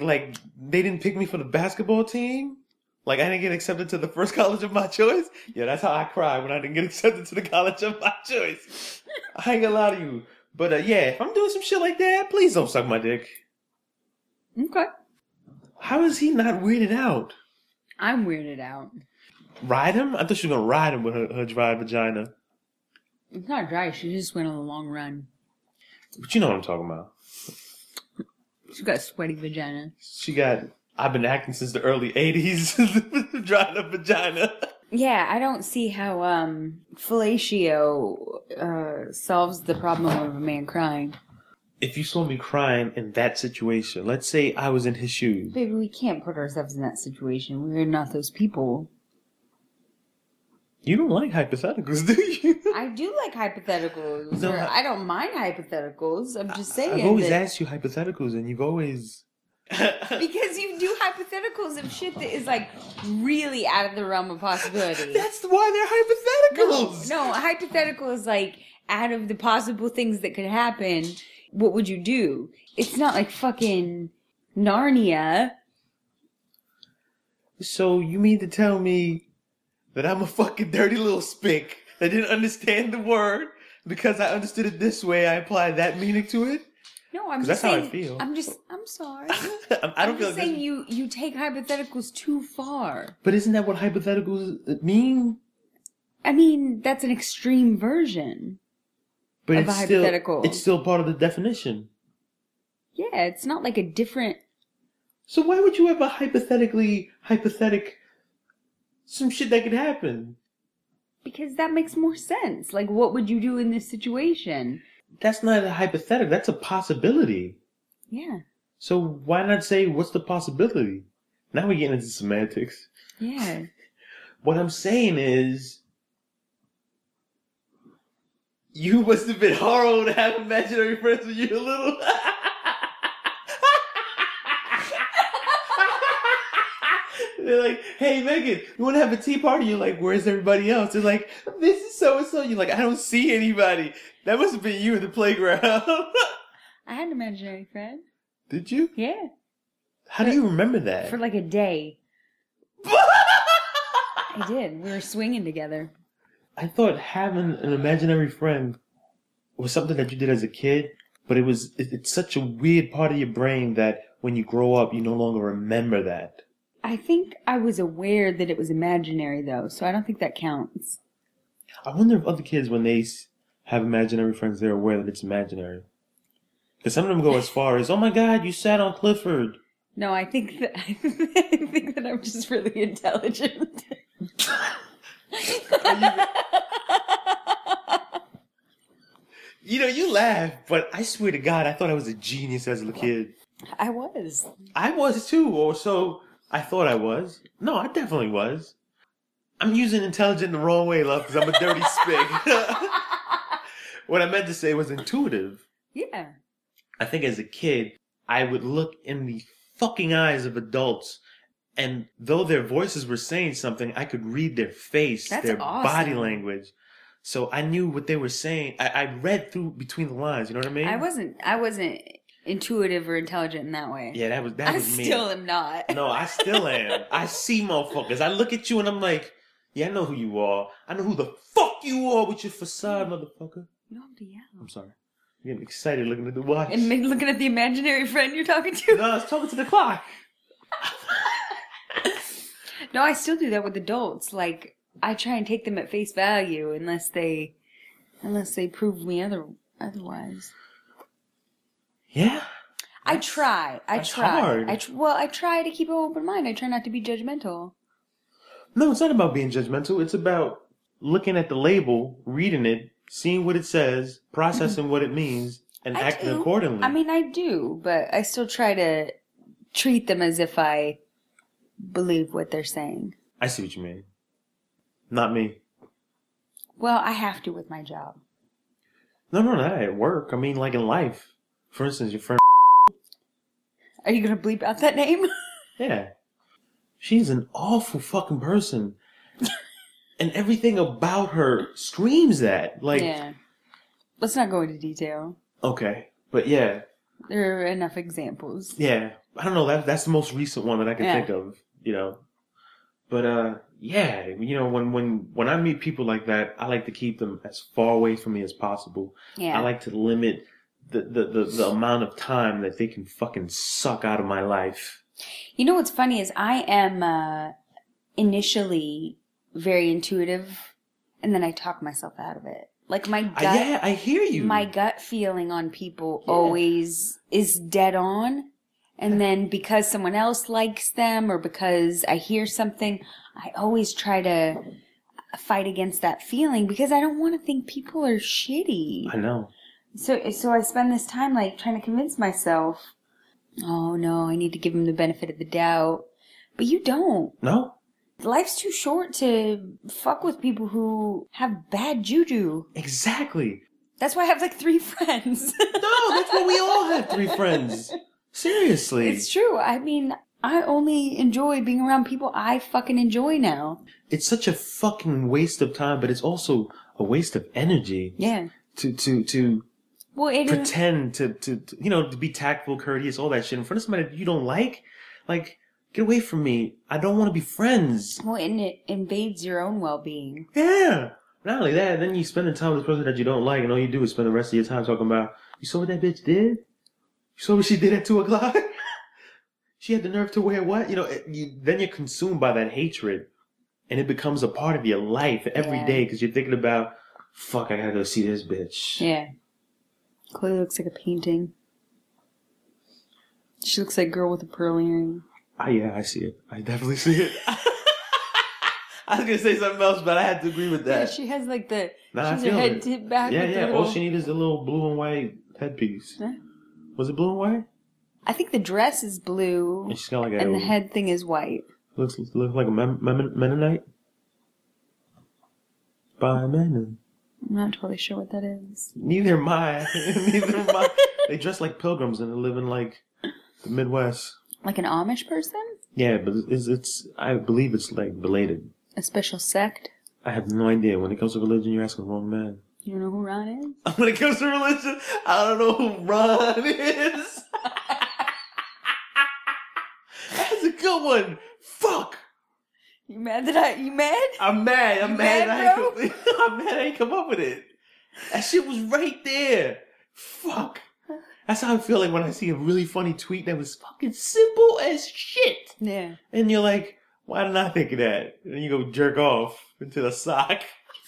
like they didn't pick me for the basketball team, like I didn't get accepted to the first college of my choice. Yeah, that's how I cry when I didn't get accepted to the college of my choice. I ain't gonna lie to you. But uh, yeah, if I'm doing some shit like that, please don't suck my dick. Okay. How is he not weirded out? I'm weirded out. Ride him? I thought she was gonna ride him with her, her dry vagina. It's not dry. She just went on a long run. But you know what I'm talking about. She got sweaty vagina. She got. I've been acting since the early '80s, drying up vagina. Yeah, I don't see how um fellatio uh, solves the problem of a man crying. If you saw me crying in that situation, let's say I was in his shoes, Baby, we can't put ourselves in that situation. We're not those people. you don't like hypotheticals, do you? I do like hypotheticals. No, or I- I don't mind hypotheticals. I'm just saying I've always that asked you hypotheticals, and you've always. because you do hypotheticals of shit that is like really out of the realm of possibility. That's why they're No, hypotheticals. no, a hypothetical is like out of the possible things that could happen, what would you do? It's not like fucking Narnia. So you mean to tell me that I'm a fucking dirty little spink that didn't understand the word because I understood it this way, I applied that meaning to it? No, I'm 'Cause just that's how I saying. feel. am just. I'm sorry. I I don't I'm feel just like saying this- you you take hypotheticals too far. But isn't that what hypotheticals uh, mean? I mean, that's an extreme version. But Of it's a still, hypothetical. It's still part of the definition. Yeah, it's not like a different. So why would you ever hypothetically hypothetic some shit that could happen? Because that makes more sense. Like, what would you do in this situation? That's not a hypothetical. That's a possibility. Yeah, So why not say what's the possibility? Now we're getting into semantics. yeah. What I'm saying is, you must have been horrible to have imaginary friends when you were little. They're like, hey, Megan, you want to have a tea party? You're like, where's everybody else? They're like, this is so and so. You're like, I don't see anybody. That must have been you in the playground. I had an imaginary friend. Did you? Yeah, How do you remember that? for like a day. I did. We were swinging together. I thought having an imaginary friend was something that you did as a kid, but it was it, it's such a weird part of your brain that when you grow up, you no longer remember that. I think I was aware that it was imaginary though, so I don't think that counts. I wonder if other kids, when they s- have imaginary friends, they're aware that it's imaginary. Because some of them go as far as, "Oh my God, you sat on Clifford." No, I think that I think that I'm just really intelligent. You know, you laugh, but I swear to God, I thought I was a genius as a kid. I was. I was too, or so I thought I was. No, I definitely was. I'm using intelligent the wrong way, love, because I'm a dirty spig. what I meant to say was intuitive. Yeah. I think as a kid, I would look in the fucking eyes of adults, and though their voices were saying something, I could read their face, That's their awesome. body language. So I knew what they were saying. I, I read through between the lines. You know what I mean? I wasn't I wasn't intuitive or intelligent in that way. Yeah, that was that I was me. still am not. No, I still am. I see motherfuckers. I look at you and I'm like, yeah, I know who you are. I know who the fuck you are with your facade, Mm. motherfucker. You don't have to yell. I'm sorry. I'm getting excited looking at the watch. And me looking at the imaginary friend you're talking to. no, I was talking to the clock. No, I still do that with adults. Like I try and take them at face value unless they unless they prove me other otherwise. Yeah. I try. I that's try. hard. I tr- well, I try to keep an open mind. I try not to be judgmental. No, it's not about being judgmental. It's about looking at the label, reading it, seeing what it says, processing what it means, and I acting do. accordingly. I mean, I do, but I still try to treat them as if I believe what they're saying. I see what you mean. Not me. Well, I have to with my job. No, no, not at work. I mean, like in life. For instance, your friend. Are you gonna bleep out that name? Yeah. She's an awful fucking person. and everything about her screams that. Like, yeah. Let's not go into detail. okay. But yeah, There are enough examples. yeah. I don't know. That, that's the most recent one that I can Yeah. think of, you know. But, uh, yeah, you know, when, when, when I meet people like that, I like to keep them as far away from me as possible. Yeah. I like to limit the, the, the, the amount of time that they can fucking suck out of my life. You know what's funny is I am uh, initially very intuitive, and then I talk myself out of it. Like my gut, I, yeah, I hear you. my gut feeling on people Yeah. always is dead on, and then because someone else likes them or because I hear something, I always try to fight against that feeling because I don't want to think people are shitty. I know. So so I spend this time like trying to convince myself, oh no, I need to give him the benefit of the doubt. But you don't. No? Life's too short to fuck with people who have bad juju. Exactly. That's why I have like three friends. No, that's why we all have three friends. Seriously. it's It's, true. I mean, I only enjoy being around people I fucking enjoy now. such a fucking waste of time, but it's also a waste of energy Yeah. to to to Well, it pretend to, to to, you know to be tactful, courteous, all that shit in front of somebody that you don't like. Like, get away from me. I don't want to be friends. well, and it invades your own well-being. Yeah. Not only that, then you spend the time with this person that you don't like, and all you do is spend the rest of your time talking about you saw what that bitch did. You saw what she did at two o'clock. she had the nerve to wear what? You know, it- you, then you're consumed by that hatred, and it becomes a part of your life every Yeah. because you're thinking about, fuck, I gotta go see this bitch. Yeah. Chloe looks like a painting. She looks like girl with a pearl earring. Ah, yeah, I see it. I definitely see it. I was gonna say something else, but I had to agree with Yeah, that. she has like the Nah, I she's her feel head it. tipped back. Yeah, with the yeah. little- All she needs is a little blue and white headpiece. Yeah. Was it blue and white? I think the dress is blue And she's got like a and the head thing is white. looks looks like a mem- mem- Mennonite. By Menon. I'm not totally sure what that is. Neither am I. Neither am I. They dress like pilgrims and they live in like the Midwest. Like an Amish person? Yeah, but it's, it's I believe it's like belated. A special sect? I have no idea. When it comes to religion, you're asking the wrong man. You don't know who Ron is? When it comes to religion, I don't know who Ron is. That's a good one. Fuck. You mad that I you mad? I'm mad. I'm You mad. mad, I bro? ain't come, I'm mad. I ain't come up with it. That shit was right there. Fuck. That's how I feel like when I see a really funny tweet that was fucking simple as shit, Yeah. and you're like, "Why didn't I think of that?" And then you go jerk off into the sock.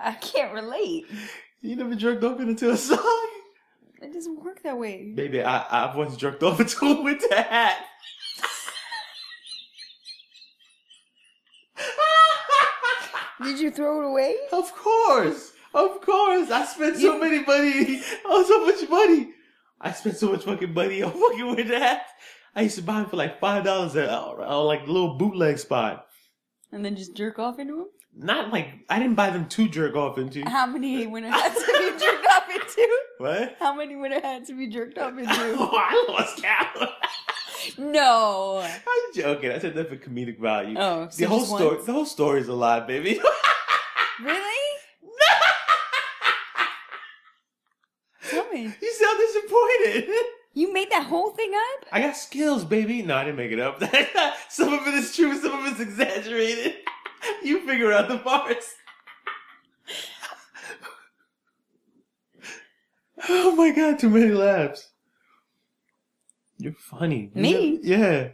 I can't relate. You never jerked off into a sock, It doesn't work that way. baby. I I've once jerked off into a winter hat. Did you throw it away? Of course, of course. I spent so many money. Oh, so much money. I spent so much fucking money on fucking with that. I used to buy it for like five dollars at uh, uh, like a little bootleg spot. And then just jerk off into him? Not like I didn't buy them to jerk off into. How many winter hats have you jerked off into? What? How many winter hats have you jerked off into? Oh, I lost count. no. I'm joking. I said that for comedic value. Oh, so the whole just story. once? The whole story is a lie, baby. Really? Tell me. you sound disappointed. You made that whole thing up? I got skills, baby. No, I didn't make it up. some of it is true, some of it's exaggerated. you figure out the parts. oh my god, too many laughs. You're funny. You Me? know- yeah.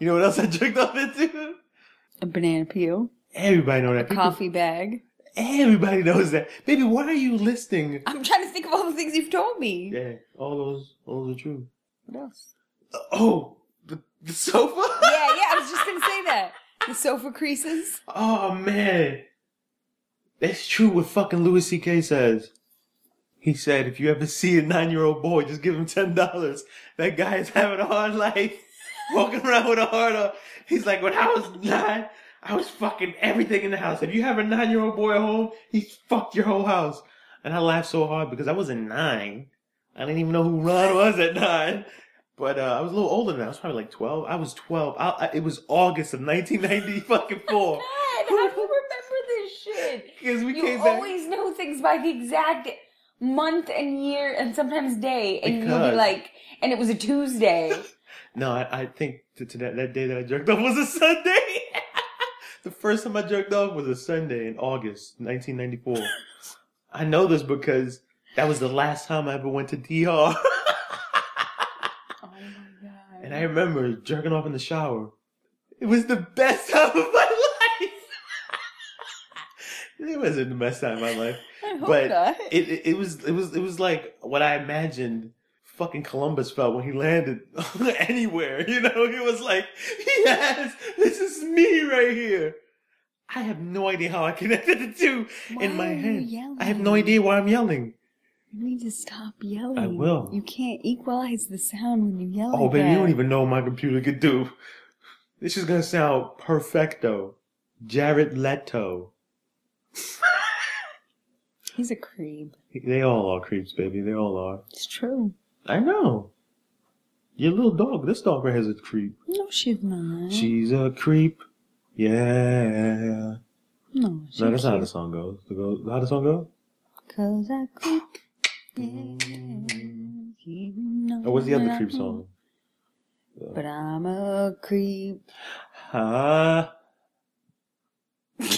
You know what else I jerked off into? A banana peel, Everybody know that. People- coffee bag. Everybody knows that. Baby, why are you listing? I'm trying to think of all the things you've told me. Yeah, all those, all those are true. What else? Oh, the, the sofa. Yeah, yeah, I was just gonna say that. The sofa creases. Oh man, that's true. What fucking Louis C.K. says. He said, if you ever see a nine-year-old boy, just give him ten dollars. That guy is having a hard life, walking around with a hard. on. He's like, when I was nine, I was fucking everything in the house. If you have a nine-year-old boy at home, he's fucked your whole house. And I laughed so hard because I wasn't nine. I didn't even know who Ron was at nine. But uh, I was a little older than that. I was probably like twelve. I was twelve. I, I, it was August of nineteen ninety fucking four. God, how do you remember this shit? Because we You came back. always know things by the exact month and year and sometimes day, and you'll Because- be like, and it was a Tuesday. No, I, I think to, to that, that day that I jerked off was a Sunday. the first time I jerked off was a Sunday in August 1994. I know this because that was the last time I ever went to DR. oh my god. and I remember jerking off in the shower. It was the best time of my life. it wasn't the best time of my life. I hope but not. it, it it was it was it was like what I imagined fucking Columbus felt when he landed anywhere. You know, he was like, yes, this is me right here. I have no idea how I connected the two in my Why are you head. yelling? I have no idea why I'm yelling. You need to stop yelling. I will. You can't equalize the sound when you yell. Oh, like baby, you that. don't even know what my computer could do. This is gonna sound perfecto. Jared Leto. He's a creep. They all are creeps, baby. They all are. It's true. I know. Your little dog, this dog right here is a creep. No, she's not. Mm-hmm. She's a creep. Yeah. no, she's No, that's not how the song goes. The go, how the song goes? Cause I creep. Or Mm. Oh, what's the other creep Mm-hmm. song? But I'm a creep. Huh?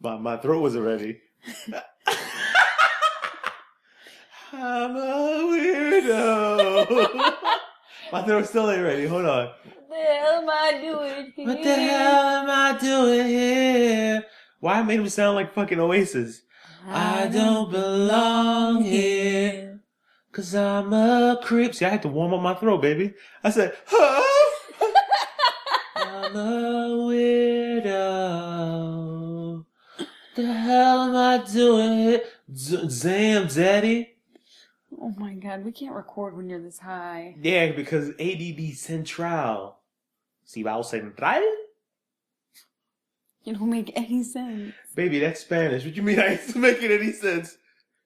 my, my throat wasn't ready. I'm a weirdo. My throat's still ain't ready. Hold on. the hell am I doing here? What the hell am I doing here? Why I made him sound like fucking Oasis? I don't belong here. Cause I'm a creep. See, I had to warm up my throat, baby. I said, huh? I'm a weirdo. The hell am I doing here? Z- Zam, daddy. Oh my god, we can't record when you're this high. Yeah, because ADD Central. Cibao Central? You don't make any sense. Baby, that's Spanish. What you mean I ain't making any sense?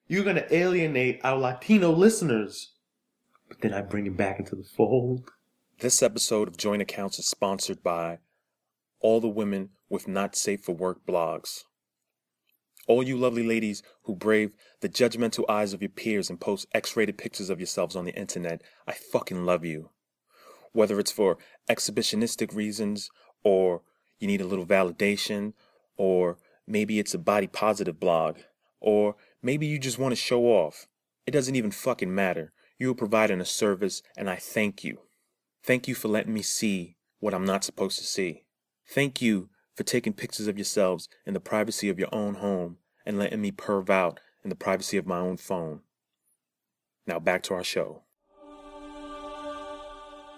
You're gonna alienate our Latino listeners. But then I bring it back into the fold. This episode of Joint Accounts is sponsored by all the women with not safe for work blogs. All you lovely ladies who brave the judgmental eyes of your peers and post X rated pictures of yourselves on the internet, I fucking love you. Whether it's for exhibitionistic reasons, or you need a little validation, or maybe it's a body positive blog, or maybe you just want to show off, it doesn't even fucking matter. You are providing a service, and I thank you. Thank you for letting me see what I'm not supposed to see. Thank you for taking pictures of yourselves in the privacy of your own home and letting me perv out in the privacy of my own phone. Now back to our show.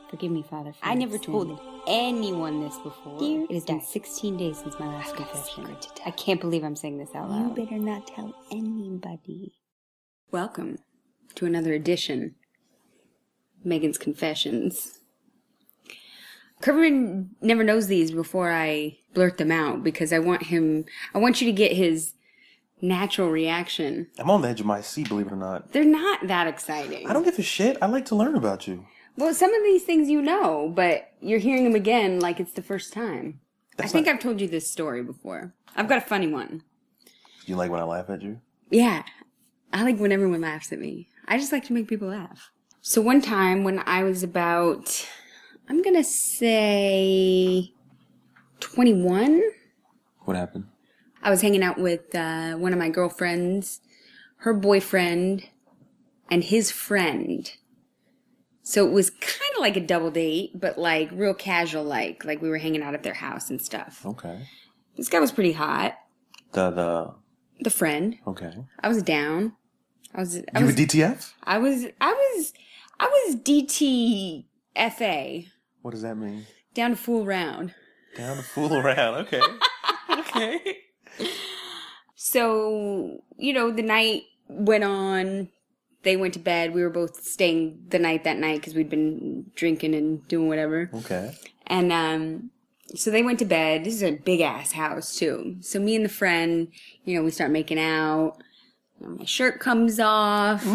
Forgive me, Father. For I never extending. told anyone this before. Dear it has been Dad, 16 days since my last I've got a confession. secret to tell I can't believe I'm saying this out You loud. better not tell anybody. Welcome to another edition Megan's Confessions. Kerwin never knows these before I blurt them out because I want him, I want you to get his natural reaction. I'm on the edge of my seat, believe it or not. They're not that exciting. I don't give a shit. I like to learn about you. Well, some of these things you know, but you're hearing them again like it's the first time. I That's think not- I've told you this story before. I've got a funny one. You like when I laugh at you? Yeah. I like when everyone laughs at me. I just like to make people laugh. So one time when I was about, I'm going to say 21, What happened? I was hanging out with uh, one of my girlfriends, her boyfriend, and his friend. So it was kind of like a double date, but like real casual, like like we were hanging out at their house and stuff. Okay. This guy was pretty hot. Oh. The, the, The friend, okay. I was down. I was. I You were was. DTF? I was. I was. I was DTFA What does that mean? down to fool around. Down to fool around. Okay. okay. So, you know, the night went on. They went to bed. We were both staying the night that night because we'd been drinking and doing whatever. Okay. And um, so they went to bed. This is a big ass house, too. So me and the friend, you know, we start making out. You know, my shirt comes off.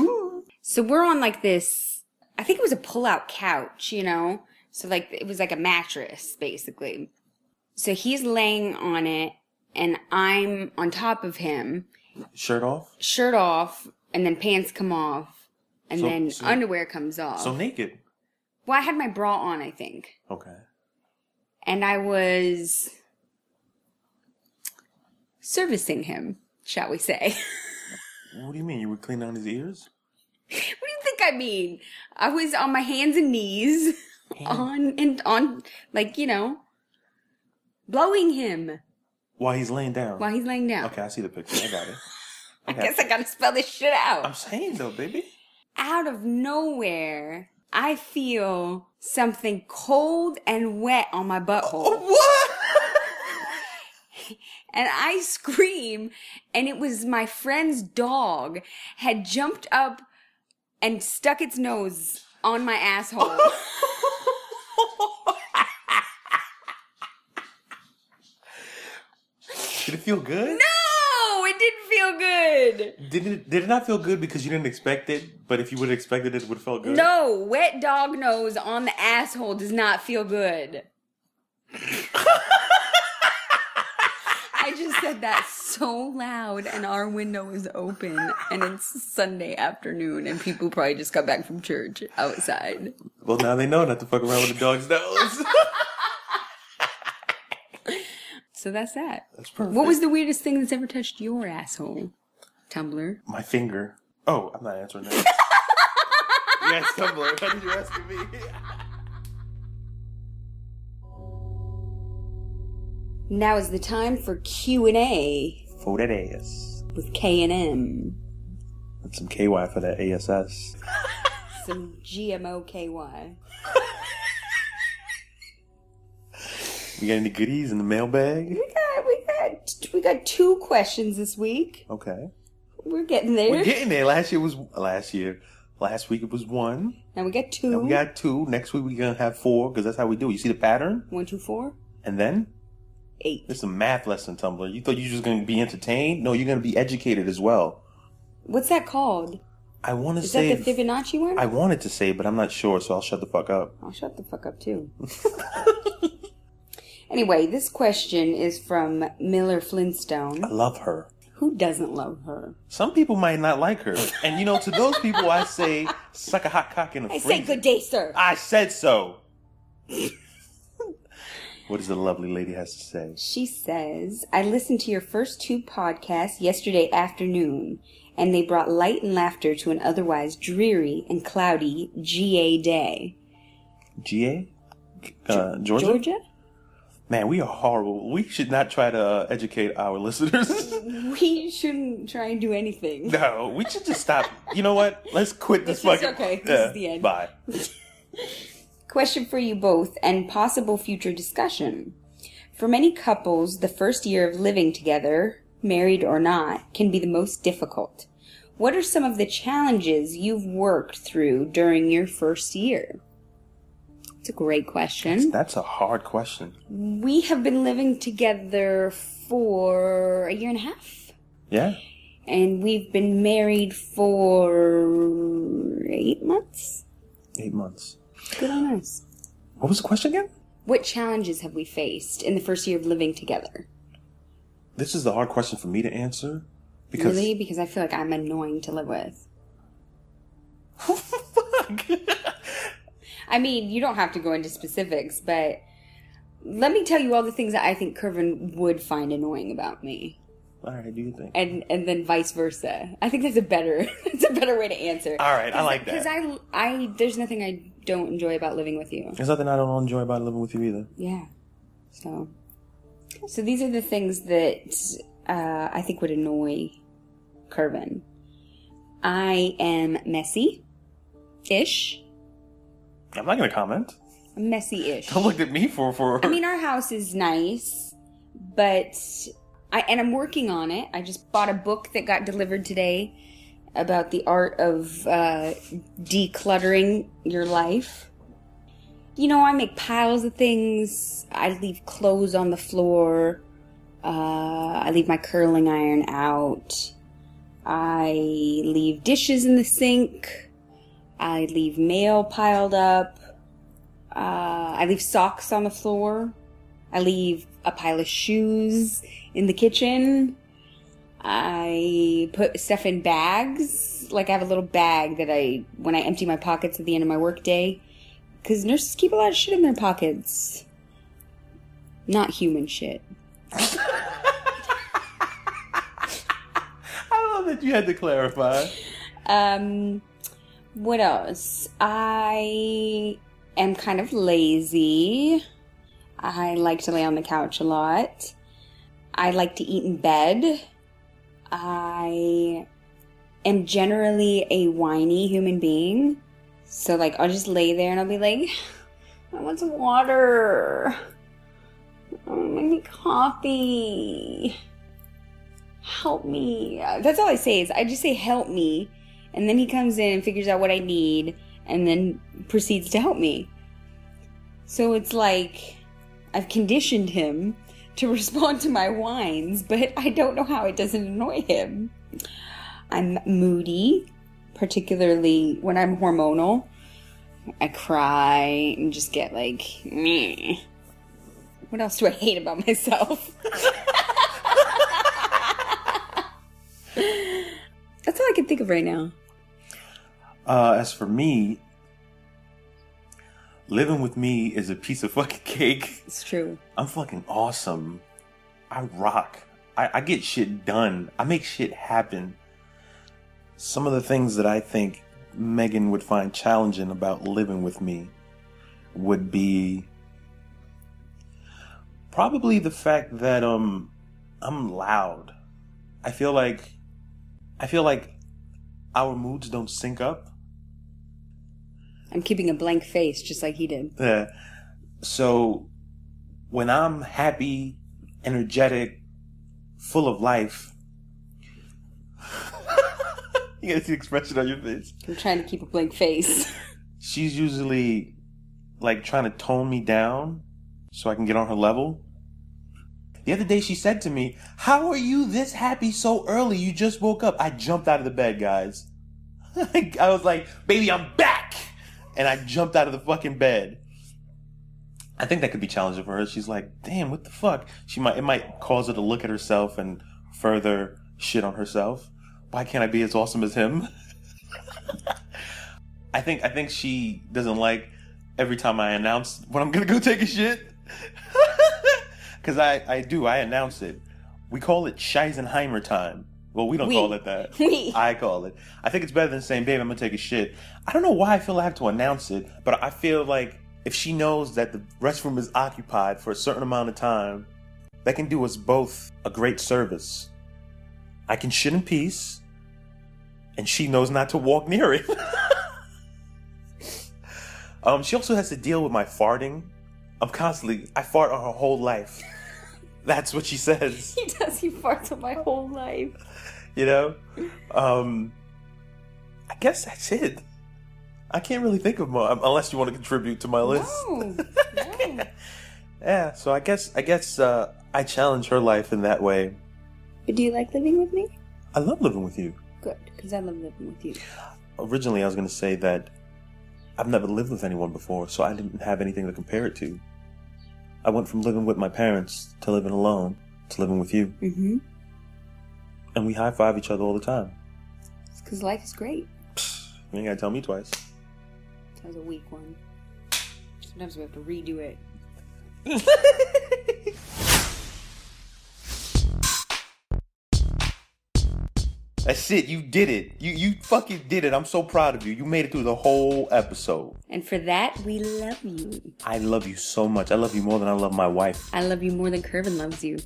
So we're on like this, I think it was a pull out couch, you know? So, like, it was like a mattress, basically. So he's laying on it, and I'm on top of him Shirt off? shirt off and then pants come off and So- then so- underwear comes off. So naked. well, I had my bra on, I think. Okay. And I was servicing him, shall we say. What do you mean? You were cleaning out his ears? what do you think I mean? I was on my hands and knees on and on like, you know, blowing him While he's laying down. while he's laying down. Okay, I see the picture. I got it. I guess I gotta spell this shit out. I'm saying though, baby. out of nowhere, I feel something cold and wet on my butthole. What? And I scream, and it was my friend's dog had jumped up and stuck its nose on my asshole. Did it feel good? no, it didn't feel good. Did it did it not feel good because you didn't expect it? But if you would have expected it, it would have felt good. No, wet dog nose on the asshole does not feel good. I just said that so loud, and our window is open, and it's Sunday afternoon, and people probably just got back from church outside. Well now they know not to fuck around with the dog's nose. So that's that. That's perfect. What was the weirdest thing that's ever touched your asshole? Tumblr. my finger? Oh, I'm not answering that. yes, Tumblr. Why did you ask me? Now is the time for Q and A For Oh, that ass. with K and M. That's some KY for that ASS. Some GMO KY. You got any goodies in the mailbag? We got we got we got two questions this week. Okay. We're getting there. We're getting there. Last year was last year. Last week it was one. and we got two. And we got two. Next week we're gonna have four because that's how we do. it. You see the pattern? one, two, four, And then eight. it's a math lesson, Tumblr. You thought you were just gonna be entertained? No, you're gonna be educated as well. What's that called? I want to Is say. that the Fibonacci one? I wanted to say, but I'm not sure, so I'll shut the fuck up. I'll Oh, shut the fuck up too. anyway, this question is from Miller I Flintstone. love her. Who doesn't love her? Some people might not like her, and you know, to those people, I say, suck a hot cock in the I freezer. say good day, sir. I said so. what does the lovely lady has to say? She says, I listened to your first two podcasts yesterday afternoon, and they brought light and laughter to an otherwise dreary and cloudy GA day. GA? Uh, Georgia? Georgia? Man, we are horrible. We should not try to uh, educate our listeners. We shouldn't try and do anything. no, we should just stop. You know what? Let's quit this, This is fucking. okay. This is the end. Bye. Question for you both and possible future discussion. For many couples, the first year of living together, married or not, can be the most difficult. What are some of the challenges you've worked through during your first year? It's a great question. That's a hard question. We have been living together for a year and a half, Yeah. and we've been married for eight months. Eight months. Good on us. What was the question again? What challenges have we faced in the first year of living together? This is the hard question for me to answer because really? Because I feel like I'm annoying to live with. fuck. I mean, you don't have to go into specifics, but let me tell you all the things that I think Curvin would find annoying about me, All right, do you think? and and then vice versa. I think that's a better that's a better way to answer. All right, I like Because that. I I there's nothing I don't enjoy about living with you. There's nothing I don't enjoy about living with you either. Yeah. So so these are the things that uh, I think would annoy Curvin. I am messy, ish. I'm not gonna comment. messy ish. Don't look at me for for. I mean, our house is nice, but I and I'm working on it. I just bought a book that got delivered today about the art of uh, decluttering your life. You know, I make piles of things. I leave clothes on the floor. Uh, I leave my curling iron out. I leave dishes in the sink. I leave mail piled up. Uh, I leave socks on the floor. I leave a pile of shoes in the kitchen. I put stuff in bags. Like I have a little bag that I, when I empty my pockets at the end of my workday, because nurses keep a lot of shit in their pockets. Not human shit. I love that you had to clarify. Um, what else? I am kind of lazy. I like to lay on the couch a lot. I like to eat in bed. I am generally a whiny human being. So, like, I'll just lay there and I'll be like, I want some water. Oh, make me coffee. Help me. That's all I say is I just say, help me. And then he comes in and figures out what I need and then proceeds to help me. So it's like I've conditioned him to respond to my whines, but I don't know how it doesn't annoy him. I'm moody, particularly when I'm hormonal. I cry and just get like, meh. What else do I hate about myself? That's all I can think of right now. Uh, as for me, living with me is a piece of fucking cake. It's true. I'm fucking awesome. I rock. I, I get shit done. I make shit happen. Some of the things that I think Megan would find challenging about living with me would be probably the fact that um I'm loud. I feel like I feel like our moods don't sync up. I'm keeping a blank face, just like he did. Yeah. Uh, So when I'm happy, energetic, full of life, you gotta see the expression on your face. I'm trying to keep a blank face. She's usually like trying to tone me down so I can get on her level. The other day she said to me, How are you this happy so early? You just woke up. I jumped out of the bed, guys. I was like, Baby, I'm back! And I jumped out of the fucking bed. I think that could be challenging for her. She's like, damn, what the fuck? She might it might cause her to look at herself and further shit on herself. Why can't I be as awesome as him? I think I think she doesn't like every time I announce when I'm gonna go take a shit. Cause I, I do, I announce it. We call it Scheisenheimer time. Well, we don't We. call it that. We. I call it. I think it's better than saying, babe, I'm gonna take a shit. I don't know why I feel I have to announce it, but I feel like if she knows that the restroom is occupied for a certain amount of time, that can do us both a great service. I can shit in peace, and she knows not to walk near it. um, she also has to deal with my farting. I'm constantly, I fart on her whole life. That's what she says he does. He farts on my whole life. you know um i guess that's it i can't really think of more um, unless you want to contribute to my list No, no. yeah so i guess i guess uh i challenge her life in that way But do you like living with me? i love living with you Good, because I love living with you. originally i was going to say that i've never lived with anyone before so i didn't have anything to compare it to i went from living with my parents to living alone to living with you Mm-hmm. and we high-five each other all the time Because life is great. you ain't gotta tell me twice That was a weak one. Sometimes we have to redo it. That's it. You did it. You you fucking did it. I'm so proud of you. You made it through the whole episode. And for that, we love you. I love you so much. I love you more than I love my wife. I love you more than Curvin loves you.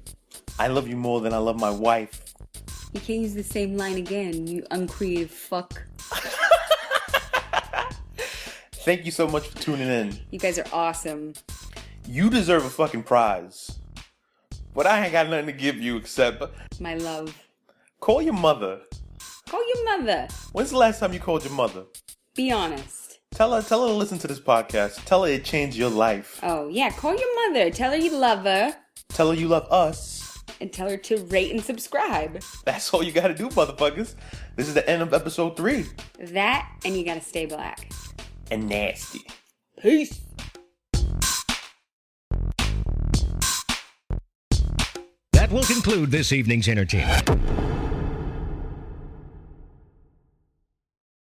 I love you more than I love my wife. You can't use the same line again, you uncreative fuck. Thank you so much for tuning in. You guys are awesome. You deserve a fucking prize. But I ain't got nothing to give you except My love. call your mother. Call your mother. When's the last time you called your mother? Be honest. Tell her tell her to listen to this podcast. Tell her it changed your life. Oh, yeah, call your mother. Tell her you love her. Tell her you love us. And tell her to rate and subscribe. That's all you gotta do, motherfuckers. This is the end of episode three. That, and you gotta stay black. And nasty. Peace. That will conclude this evening's entertainment.